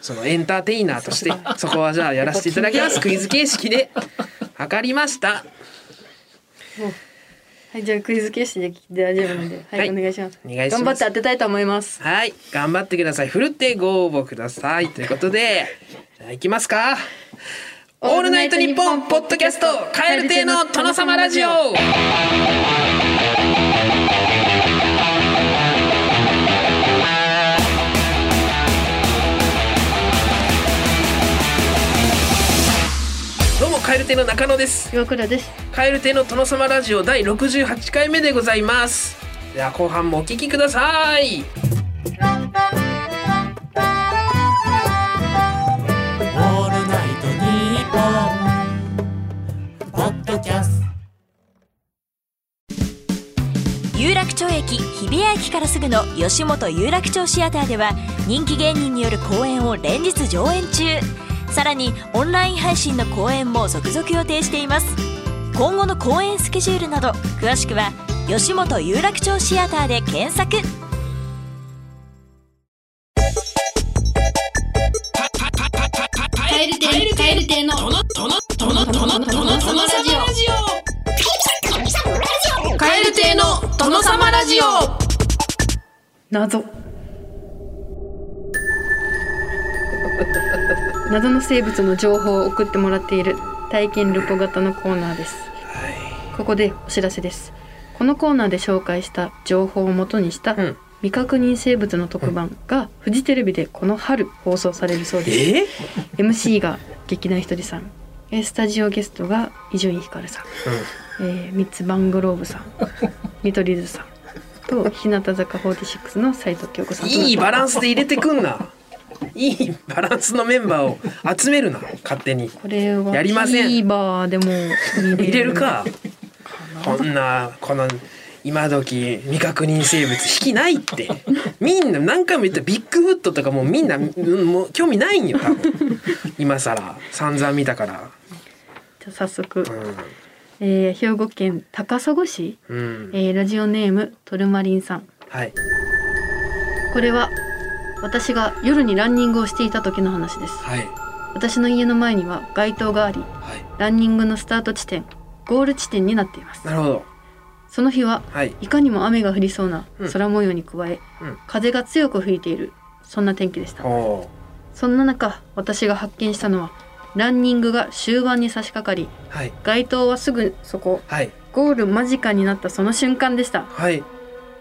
[SPEAKER 1] そのエンターテイナーとしてそこはじゃあやらせていただきますクイズ形式で測りました
[SPEAKER 2] はいじゃあクイズ形式で聞いて大丈夫なんではい、
[SPEAKER 1] はい
[SPEAKER 2] お願いします
[SPEAKER 1] お願いします
[SPEAKER 2] 頑張って当てたいと思います
[SPEAKER 1] はい、頑張ってください。ふるってご応募ください。ということで、じゃあ行きますか。オールナイトニッポンポッドキャスト、カエル亭の殿様ラジオ。どうも、カエル亭の中野です。
[SPEAKER 2] 岩倉です
[SPEAKER 1] カエル亭の殿様ラジオ第68回目でございますでは後半もお聞きください
[SPEAKER 3] オールナイトニッポン」ポッドキャスト
[SPEAKER 4] 有楽町駅日比谷駅からすぐの吉本有楽町シアターでは人気芸人による公演を連日上演中さらにオンライン配信の公演も続々予定しています今後の公演スケジュールなど詳しくは吉本有楽町シアターで検索
[SPEAKER 5] カエル亭カエル亭のトノトノトノトノトノトノラジオカエル亭のトノ様ラジオ
[SPEAKER 2] 謎謎の生物の情報を送ってもらっている体験ルポ型のコーナーですここでお知らせですここのコーナーで紹介した情報をもとにした
[SPEAKER 1] うん
[SPEAKER 2] 未確認生物の特番がフジテレビでこの春放送されるそうです
[SPEAKER 1] え
[SPEAKER 2] MC が劇団ひとりさんえースタジオゲストが伊集院光さんえー、ミッツ・バングローブさん見取り図さんと日向坂46の斉藤京子さ
[SPEAKER 1] うんん、
[SPEAKER 2] との
[SPEAKER 1] いいバランスで入れてくんないいバランスのメンバーを集めるな勝手に
[SPEAKER 2] これは
[SPEAKER 1] やりません
[SPEAKER 2] TVer でも見
[SPEAKER 1] 入れるか
[SPEAKER 2] な
[SPEAKER 1] こんなこの今時未確認生物引きないってみんな何回も言ったビッグフットとかもうみんなうんもう興味ないんよ多分今更散々見たから
[SPEAKER 2] じゃあ早速
[SPEAKER 1] う、ん
[SPEAKER 2] えー兵庫県高砂市、
[SPEAKER 1] うん
[SPEAKER 2] えーラジオネームトルマリンさん
[SPEAKER 1] はい
[SPEAKER 2] これは私が夜にランニングをしていた時の話です
[SPEAKER 1] はい
[SPEAKER 2] 私の家の前には街灯があり
[SPEAKER 1] は
[SPEAKER 2] ランニングのスタート地点ゴール地点になっています
[SPEAKER 1] いなるほど
[SPEAKER 2] その日は
[SPEAKER 1] はい
[SPEAKER 2] いかにも雨が降りそうな
[SPEAKER 1] うん
[SPEAKER 2] 空模様に加え、
[SPEAKER 1] うん
[SPEAKER 2] 風が強く吹いているそんな天気でした
[SPEAKER 1] おお
[SPEAKER 2] そんな中私が発見したのはランニングが終盤に差し掛かり
[SPEAKER 1] ーはい
[SPEAKER 2] 街灯はすぐそこ
[SPEAKER 1] はい
[SPEAKER 2] ゴール間近になったその瞬間でした
[SPEAKER 1] はい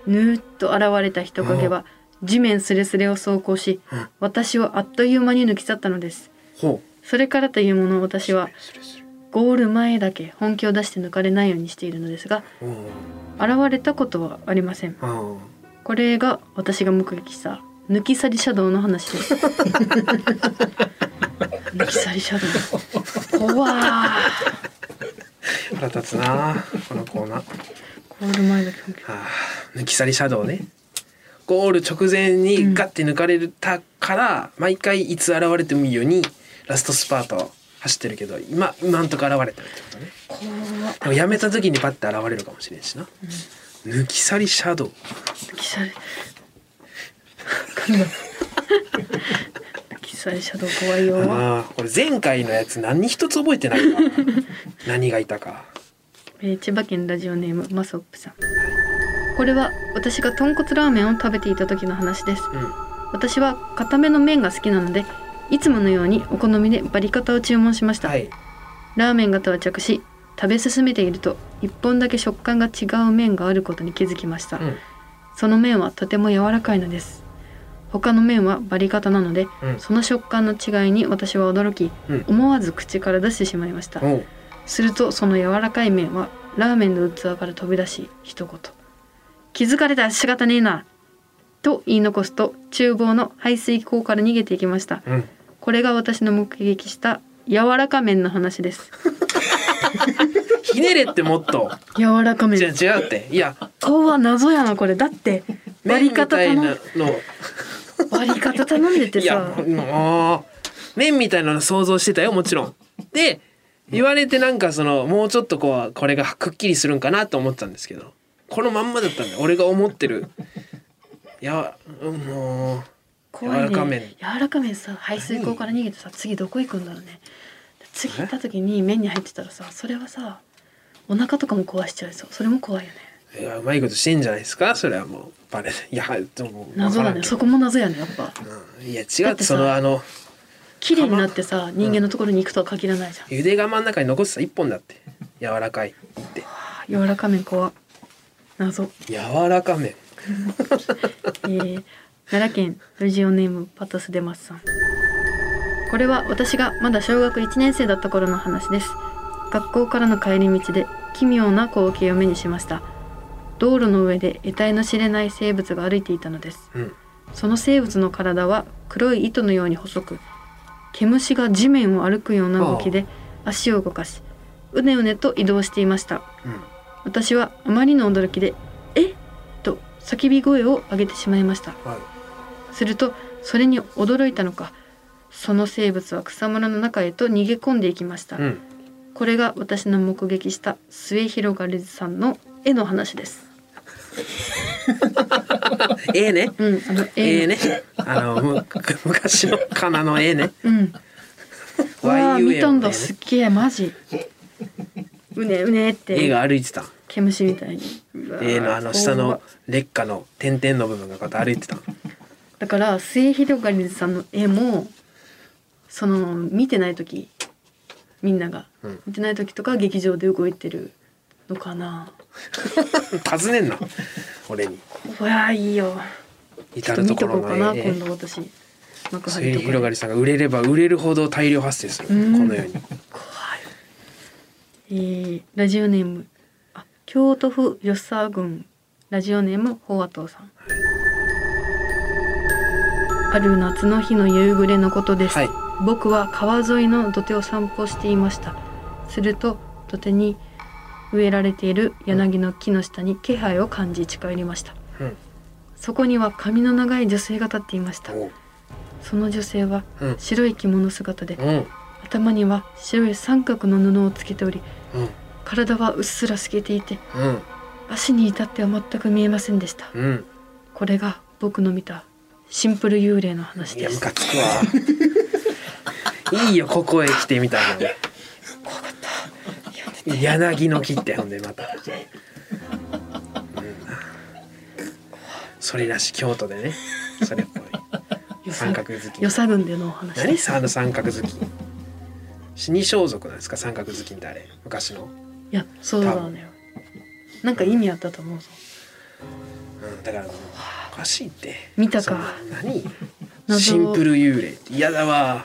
[SPEAKER 2] ぬーっと現れた人影は地面すれすれを走行し
[SPEAKER 1] うん
[SPEAKER 2] 私をあっという間に抜き去ったのです
[SPEAKER 1] ほ
[SPEAKER 2] それからというもの私は
[SPEAKER 1] うするする
[SPEAKER 2] ゴール前だけ本気を出して抜かれないようにしているのですが
[SPEAKER 1] おー
[SPEAKER 2] 現れたことはありません
[SPEAKER 1] あー
[SPEAKER 2] これが私が目撃した抜き去りシャドウの話で す抜き去りシャドウ怖ー
[SPEAKER 1] 腹立つなこのコーナー
[SPEAKER 2] ゴール前だけ本気
[SPEAKER 1] あー抜き去りシャドウねゴール直前にガッて抜かれたから、毎回いつ現れてもいいようにラストスパート走ってるけど今今んとこ現れてるってことね
[SPEAKER 2] 怖っ
[SPEAKER 1] でもやめた時にパッて現れるかもしれんしな、抜き去りシャドウ
[SPEAKER 2] 抜き 去り噛んだ抜き去りシャドウ怖いよ
[SPEAKER 1] ああこれ前回のやつ何一つ覚えてない わ何がいたか
[SPEAKER 2] えー千葉県ラジオネームマソップさんこれは私が豚骨ラーメンを食べていた時の話です
[SPEAKER 1] うん
[SPEAKER 2] 私は固めの麺が好きなのでいつものようにお好みでバリカタを注文しました、
[SPEAKER 1] はい
[SPEAKER 2] ラーメンが到着し食べ進めていると1本だけ食感が違う麺があることに気づきました、
[SPEAKER 1] うん
[SPEAKER 2] その麺はとても柔らかいのです他の麺はバリカタなので、
[SPEAKER 1] うん
[SPEAKER 2] その食感の違いに私は驚き、
[SPEAKER 1] うん
[SPEAKER 2] 思わず口から出してしまいました、
[SPEAKER 1] おう
[SPEAKER 2] するとその柔らかい麺はラーメンの器から飛び出し一言「気づかれたら仕方ねえな!」と言い残すと厨房の排水口から逃げていきました
[SPEAKER 1] うん
[SPEAKER 2] これが私の目撃した柔らか麺の話です
[SPEAKER 1] ひねれってもっ と
[SPEAKER 2] 柔らか
[SPEAKER 1] 違う
[SPEAKER 2] 麺
[SPEAKER 1] 違うっていや
[SPEAKER 2] うわ謎やなこれだって割り方頼
[SPEAKER 1] 麺み
[SPEAKER 2] ん
[SPEAKER 1] たいなの
[SPEAKER 2] 割り方頼んでて
[SPEAKER 1] いや
[SPEAKER 2] さ
[SPEAKER 1] もうもう麺みたいなの想像してたよもちろん。で言われてなんかそのもうちょっとこうこれがくっきりするんかなと思ったんですけどこのまんまだったんだよ俺が思ってる。いやうんもう
[SPEAKER 2] 怖い
[SPEAKER 1] 柔
[SPEAKER 2] ね
[SPEAKER 1] らか麺
[SPEAKER 2] 柔らか麺さ排水口から逃げてさ次どこ行くんだろうね次行った時に麺に入ってたらさそれはさお腹とかも壊しちゃいそうそれも怖いよね
[SPEAKER 1] いやうまいことしてんじゃないですかそれはもうバレいやでもう
[SPEAKER 2] 謎だねそこも謎やねやっぱ
[SPEAKER 1] うんいや違
[SPEAKER 2] だ
[SPEAKER 1] うって
[SPEAKER 2] っ
[SPEAKER 1] てそ
[SPEAKER 2] さ
[SPEAKER 1] のあの
[SPEAKER 2] 綺麗になってさ人間のところに行くとは限らないじゃん、
[SPEAKER 1] ゆで釜の中に残ってた一本だって柔らかいって
[SPEAKER 2] あ柔らか麺怖っ謎、
[SPEAKER 1] 柔らか麺
[SPEAKER 2] えー、奈良県ラジオネームパトスデマスさんこれは私がまだ小学1年生だった頃の話です学校からの帰り道で奇妙な光景を目にしました道路の上で得体の知れない生物が歩いていたのです
[SPEAKER 1] うん
[SPEAKER 2] その生物の体は黒い糸のように細く毛虫が地面を歩くような動きで足を動かしうねうねと移動していました
[SPEAKER 1] うん
[SPEAKER 2] 私はあまりの驚きで「えっ!」と叫び声を上げてしまいました
[SPEAKER 1] はい
[SPEAKER 2] するとそれに驚いたのかその生物は草むらの中へと逃げ込んでいきました、
[SPEAKER 1] うん
[SPEAKER 2] これが私の目撃した末広がりずさんの絵の話です
[SPEAKER 1] ええね
[SPEAKER 2] うんあの
[SPEAKER 1] ええ
[SPEAKER 2] 絵の
[SPEAKER 1] ね。あの、む、昔のかなのええね。
[SPEAKER 2] うんうわあ
[SPEAKER 1] YUM
[SPEAKER 2] 見たん
[SPEAKER 1] の
[SPEAKER 2] だ
[SPEAKER 1] 絵ね
[SPEAKER 2] すっげえマジうねうねって
[SPEAKER 1] 絵が歩いてた。
[SPEAKER 2] 毛虫みたいにうわー
[SPEAKER 1] ええの、あの、下
[SPEAKER 2] 怖っ
[SPEAKER 1] の劣化の点々の部分がこうやって歩いてた。
[SPEAKER 2] だから末広がりずさんの絵もその見てない時みんなが、
[SPEAKER 1] うん
[SPEAKER 2] 見てない時とか劇場で動いてるのかな
[SPEAKER 1] 尋ねんな俺に
[SPEAKER 2] うわいいよち
[SPEAKER 1] 至
[SPEAKER 2] ょっと
[SPEAKER 1] る
[SPEAKER 2] 見と
[SPEAKER 1] 所
[SPEAKER 2] こう
[SPEAKER 1] の
[SPEAKER 2] かな、
[SPEAKER 1] えー
[SPEAKER 2] 今度私幕
[SPEAKER 1] 末
[SPEAKER 2] 張
[SPEAKER 1] に
[SPEAKER 2] と
[SPEAKER 1] 広が
[SPEAKER 2] か
[SPEAKER 1] りさんが売れれば売れるほど大量発生するこ
[SPEAKER 2] うん
[SPEAKER 1] のように
[SPEAKER 2] えーラジオネームあ京都府吉沢郡ラジオネームほわとうさんある夏の日の夕暮れのことです、
[SPEAKER 1] はい
[SPEAKER 2] 僕は川沿いの土手を散歩していましたすると土手に植えられている柳の木の下に気配を感じ近寄りました、
[SPEAKER 1] うん
[SPEAKER 2] そこには髪の長い女性が立っていました
[SPEAKER 1] おう
[SPEAKER 2] その女性は
[SPEAKER 1] うん
[SPEAKER 2] 白い着物姿で、
[SPEAKER 1] うん
[SPEAKER 2] 頭には白い三角の布をつけており
[SPEAKER 1] うん
[SPEAKER 2] 体はうっすら透けていて
[SPEAKER 1] うん
[SPEAKER 2] 足に至っては全く見えませんでした
[SPEAKER 1] うん
[SPEAKER 2] これが僕の見たシンプル幽霊の話
[SPEAKER 1] い
[SPEAKER 2] で
[SPEAKER 1] やム
[SPEAKER 2] す
[SPEAKER 1] カつくわいいよここへ来てみたの柳の木ってほんでまた、うんそれらしい京都でねそれっぽい
[SPEAKER 2] よさ
[SPEAKER 1] 三角好き
[SPEAKER 2] よさ軍でのお話で
[SPEAKER 1] 何
[SPEAKER 2] す
[SPEAKER 1] さあの三角好き死に装束なんですか三角好きってあれ昔の、
[SPEAKER 2] いやそうだねなんか意味あったと思うぞ
[SPEAKER 1] うん、だからもうおかしいって
[SPEAKER 2] 見たか
[SPEAKER 1] そんな何シ
[SPEAKER 2] 謎
[SPEAKER 1] ン
[SPEAKER 2] を
[SPEAKER 1] プル幽霊って嫌だわ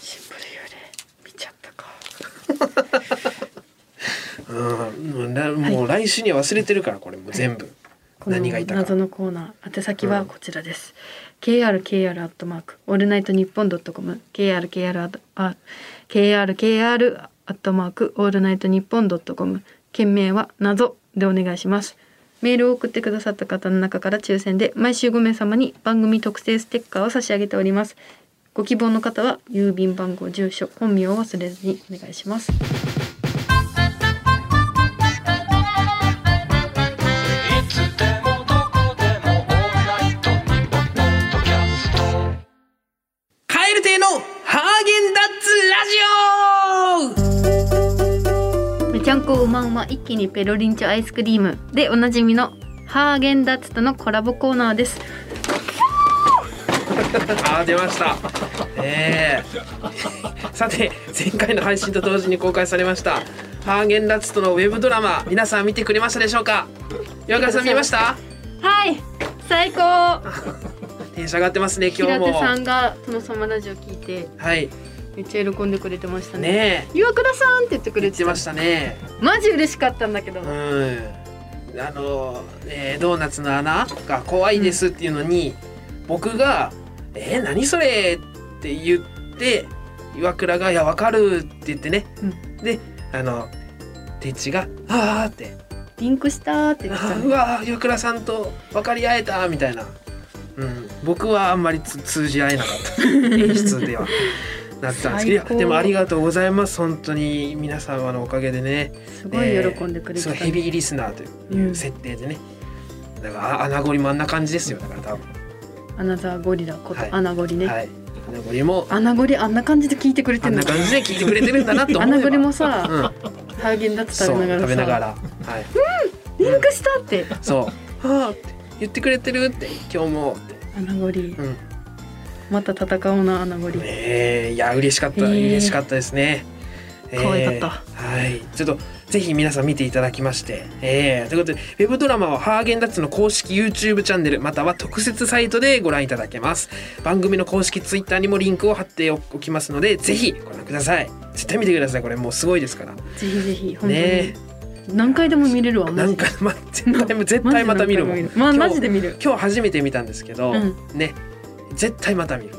[SPEAKER 2] シンプル幽霊見ちゃったか
[SPEAKER 1] うん、なもう来週には忘れてるからこれもう全部、
[SPEAKER 2] この
[SPEAKER 1] 何がいたか
[SPEAKER 2] 謎のコーナー宛先はこちらです、krkr アットマークオールナイトニッポンドットコム krkr あ krkr アットマークオールナイトニッポンドットコム件名は謎でお願いしますメールを送ってくださった方の中から抽選で毎週5名様に番組特製ステッカーを差し上げておりますご希望の方は郵便番号住所本名を忘れずにお願いします
[SPEAKER 6] いつでもどこでもオールナイトニッポンポッドキャスト
[SPEAKER 1] カエル亭のハーゲンダッツラジ
[SPEAKER 2] めちゃんこうまうま一気にペロリンチョアイスクリームでおなじみのハーゲンダッツとのコラボコーナーです
[SPEAKER 1] オあー出ましたえ ー、さて前回の配信と同時に公開されましたハーゲンダッツとのウェブドラマ皆さん見てくれましたでしょうか岩倉さん見ました
[SPEAKER 2] はい最高
[SPEAKER 1] テンション上がってますね今日
[SPEAKER 2] 平手
[SPEAKER 1] も
[SPEAKER 2] さんが「殿様ラジオ」聞いて
[SPEAKER 1] はい
[SPEAKER 2] めっちゃ喜んでくれてましたね
[SPEAKER 1] ねえ
[SPEAKER 2] 岩倉さんって言ってく
[SPEAKER 1] 言
[SPEAKER 2] れ
[SPEAKER 1] ってて
[SPEAKER 2] た
[SPEAKER 1] ましたね
[SPEAKER 2] マジ嬉しかったんだけど、
[SPEAKER 1] うん、あの、えードーナツの穴が怖いですっていうのに、僕が「えー何それ?」って言って岩倉が「いやわかる」って言ってね、であのてっちが「ああ」って
[SPEAKER 2] リンクしたーっ
[SPEAKER 1] 「
[SPEAKER 2] て言ってた
[SPEAKER 1] あーう
[SPEAKER 2] ね
[SPEAKER 1] わー岩倉さんと分かり合えた」みたいな、うん、僕はあんまりつ通じ合えなか った演出では。なってたんですけどい
[SPEAKER 2] 最
[SPEAKER 1] や
[SPEAKER 2] 高
[SPEAKER 1] でもありがとうございます本当に皆様のおかげでね
[SPEAKER 2] すごい喜んでくれて
[SPEAKER 1] す
[SPEAKER 2] た
[SPEAKER 1] ごいヘビーリスナーという設定でね、だからあ穴掘りもあんな感じですよだから多分、
[SPEAKER 2] アナザーゴリラこと、
[SPEAKER 1] はい
[SPEAKER 2] アナゴリね、
[SPEAKER 1] はい穴掘りも
[SPEAKER 2] アナゴリあんな感じで聞いてくれて
[SPEAKER 1] あん
[SPEAKER 2] ん
[SPEAKER 1] な
[SPEAKER 2] の
[SPEAKER 1] 感じで聞いてくれてるんだなと思
[SPEAKER 2] ア
[SPEAKER 1] えば
[SPEAKER 2] ナゴリもさ、
[SPEAKER 1] うん、
[SPEAKER 2] ハーゲンダッツ
[SPEAKER 1] そう
[SPEAKER 2] 食べながら
[SPEAKER 1] 食
[SPEAKER 2] さ
[SPEAKER 1] べながらはい
[SPEAKER 2] リンクしたって
[SPEAKER 1] そう「はあ」って言ってくれてるって今日もって
[SPEAKER 2] アナゴリ
[SPEAKER 1] うん
[SPEAKER 2] また戦おうなアナゴリ
[SPEAKER 1] えー、いや嬉しかった、
[SPEAKER 2] えー
[SPEAKER 1] 嬉しかったですね、
[SPEAKER 2] 可愛かった
[SPEAKER 1] はいちょっとぜひ皆さん見ていただきまして、えー、ということでウェブドラマはハーゲンダッツの公式 YouTube チャンネルまたは特設サイトでご覧いただけます番組の公式 Twitter にもリンクを貼っておきますのでぜひご覧ください絶対見てくださいこれもうすごいですから
[SPEAKER 2] ぜひぜひ本当に、
[SPEAKER 1] ね
[SPEAKER 2] 何回でも見れるわマ
[SPEAKER 1] なん
[SPEAKER 2] ジ
[SPEAKER 1] か
[SPEAKER 2] で、
[SPEAKER 1] ま、絶対絶対また見るもん
[SPEAKER 2] ま
[SPEAKER 1] 今
[SPEAKER 2] あ
[SPEAKER 1] 日
[SPEAKER 2] マジで見る
[SPEAKER 1] 今日初めて見たんですけど、
[SPEAKER 2] うん
[SPEAKER 1] ね絶対また見る、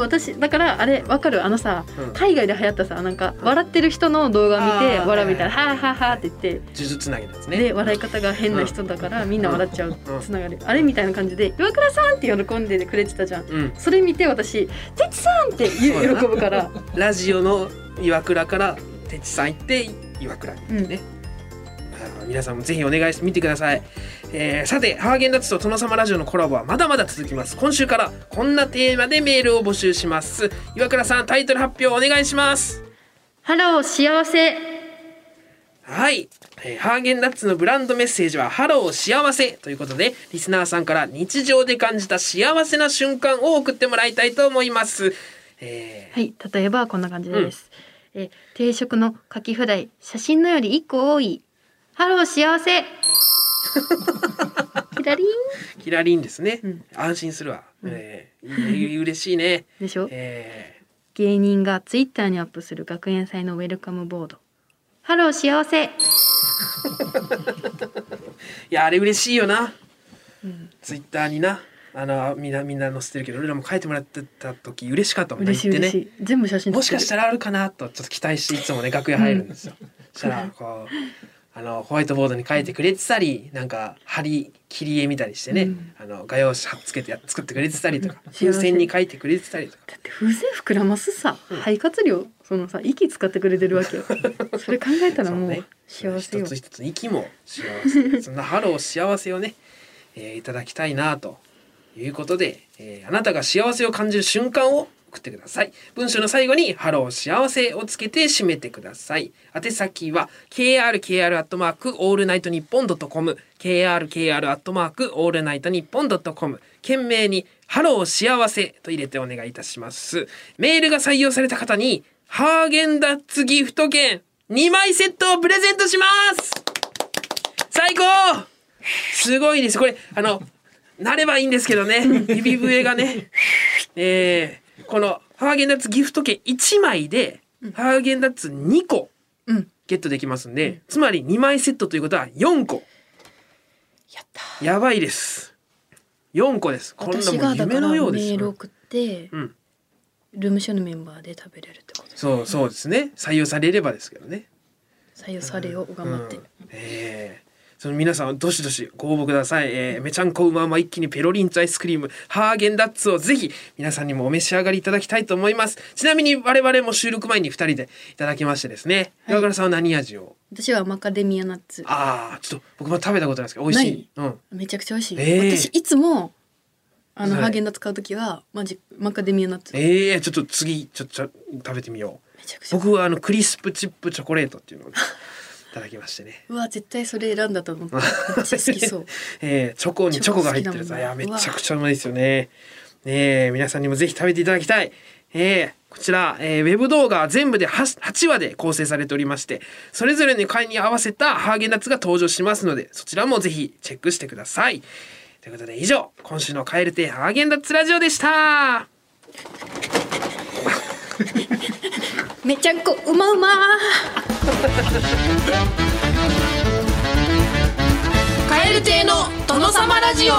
[SPEAKER 2] 私だからあれわかるあのさ
[SPEAKER 1] うん、呪
[SPEAKER 2] 海外で流行ったさなんか笑ってる人の動画を見て
[SPEAKER 1] あー
[SPEAKER 2] 笑うみたいな「
[SPEAKER 1] はいはい
[SPEAKER 2] はあはあはあ」って言って、
[SPEAKER 1] 術つなぎですね
[SPEAKER 2] で笑い方が変な人だからみんな笑っちゃう
[SPEAKER 1] うん
[SPEAKER 2] つながる、あれみたいな感じで「岩倉さん!」って喜んでくれてたじゃん
[SPEAKER 1] うん
[SPEAKER 2] それ見て私「てちさん!」って言
[SPEAKER 1] そうだ
[SPEAKER 2] う
[SPEAKER 1] な
[SPEAKER 2] 喜ぶから
[SPEAKER 1] ラジオの岩倉からてちさん行って岩倉にね、あー皆さんもぜひお願いしてみてください、えーさてハーゲンダッツと殿様ラジオのコラボはまだまだ続きます今週からこんなテーマでメールを募集します岩倉さんタイトル発表お願いします
[SPEAKER 2] 「ハロー幸せ
[SPEAKER 1] はい、えーハーゲンダッツのブランドメッセージは「ハロー幸せ」ということでリスナーさんから日常で感じた幸せな瞬間を送ってもらいたいと思います、え」ー
[SPEAKER 2] はい例えばこんな感じです、えー定食のカキフライ写真のより1個多いハロー 幸せキラリン
[SPEAKER 1] キラリンですね、
[SPEAKER 2] うん
[SPEAKER 1] 安心するわ、
[SPEAKER 2] うん
[SPEAKER 1] ええいい嬉しいね
[SPEAKER 2] でしょ
[SPEAKER 1] ええ
[SPEAKER 2] 芸人がツイッターにアップする学園祭のウェルカムボードハロー幸せ、
[SPEAKER 1] いやあれ嬉しいよな
[SPEAKER 2] うん、
[SPEAKER 1] ツイッターになあのみんなみんな載せてるけど俺らも書いてもらってた時嬉しかったもんね
[SPEAKER 2] 嬉しい
[SPEAKER 1] 言って
[SPEAKER 2] 嬉
[SPEAKER 1] ね
[SPEAKER 2] しい、全部写真撮ってる
[SPEAKER 1] もしかしたらあるかなとちょっと期待していつもね楽屋入るんですよ。そした らこうあのホワイトボードに書いてくれてたりなんか貼り切り絵みたいにしてね、
[SPEAKER 2] うん
[SPEAKER 1] あの画用紙貼っつけてや作ってくれてたりとか
[SPEAKER 2] うん
[SPEAKER 1] 風船に書いてくれてたりとか
[SPEAKER 2] だって風船膨らますさ、肺活量そのさ息使ってくれてるわ けよそれ考えたらも
[SPEAKER 1] そう
[SPEAKER 2] う
[SPEAKER 1] ね
[SPEAKER 2] 幸せよ
[SPEAKER 1] 一つ一つ息も幸せ そんなハロー幸せをね、えーいただきたいなということで、えーあなたが幸せを感じる瞬間を送ってください文章の最後に「ハロー幸せ」をつけて締めてください宛先は krkr アットマークオールナイトニッポンドットコム krkr アットマークオールナイトニッポンドットコム件名に「ハロー幸せ」と入れてお願いいたしますメールが採用された方にハーゲンダッツギフト券2枚セットをプレゼントします最高すごいですこれあのなればいいんですけ どね指笛がねえー、このハーゲンダッツギフト券1枚でハーゲンダッツ2個
[SPEAKER 2] うん
[SPEAKER 1] ゲットできますんで、つまり2枚セットということは4個やばいです4個ですこんな
[SPEAKER 2] 私
[SPEAKER 1] も
[SPEAKER 2] が
[SPEAKER 1] う
[SPEAKER 2] だ
[SPEAKER 1] 夢
[SPEAKER 2] から
[SPEAKER 1] の
[SPEAKER 2] メ
[SPEAKER 1] ようです
[SPEAKER 2] ール送って、
[SPEAKER 1] うん
[SPEAKER 2] ルームシェアのメンバーで食べれるってこと
[SPEAKER 1] そうそうですね採用されればですけどね
[SPEAKER 2] 採用されよう頑張って、
[SPEAKER 1] うんええその皆さんどしどしご応募ください、えー、めちゃんこうまうま一気にペロリンチアイスクリームハーゲンダッツをぜひ皆さんにもお召し上がりいただきたいと思いますちなみに我々も収録前に二人でいただきましてですね
[SPEAKER 2] はい
[SPEAKER 1] 岩倉さんは何味を
[SPEAKER 2] 私はマカデミアナッツ
[SPEAKER 1] ああちょっと僕も食べたことないですけど美味しいうん
[SPEAKER 2] めちゃくちゃ美味しい、
[SPEAKER 1] ええ
[SPEAKER 2] 私いつもあの、
[SPEAKER 1] はい
[SPEAKER 2] ハーゲンダッツ買うときはマジマカデミアナッツめ
[SPEAKER 1] ええちょっと次ちょっとちょ食べてみよう
[SPEAKER 2] ちゃくちゃ
[SPEAKER 1] 僕はあのクリスプチップチョコレートっていうのをいただきましてね
[SPEAKER 2] うわ絶対それ選んだ と思っためっちゃ好きそう
[SPEAKER 1] えー、チョコにチョコが入ってる
[SPEAKER 2] チョコ好きだもん
[SPEAKER 1] と
[SPEAKER 2] ない
[SPEAKER 1] やめちゃくちゃうまいですよね。ねえ皆さんにもぜひ食べていただきたい。えー、こちら、えー、ウェブ動画は全部で 8, 8話で構成されておりましてそれぞれの回に合わせたハーゲンダッツが登場しますのでそちらもぜひチェックしてください。ということで以上今週の「蛙亭ハーゲンダッツラジオ」でした。
[SPEAKER 2] めちゃんこうまうま
[SPEAKER 5] カエル亭の殿様ラジオ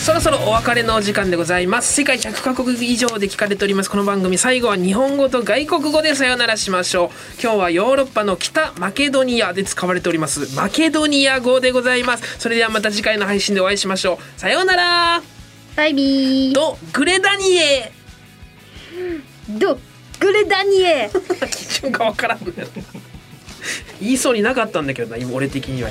[SPEAKER 1] そろそろお別れのお時間でございます世界100カ国以上で聞かれておりますこの番組最後は日本語と外国語でさよならしましょう今日はヨーロッパの北マケドニアで使われておりますマケドニア語でございますそれではまた次回の配信でお会いしましょうさようなら
[SPEAKER 2] バイビー
[SPEAKER 1] とグレダニエ
[SPEAKER 2] どグレダニエ
[SPEAKER 1] 基準がわからんのよ言いそうになかったんだけどな今俺的には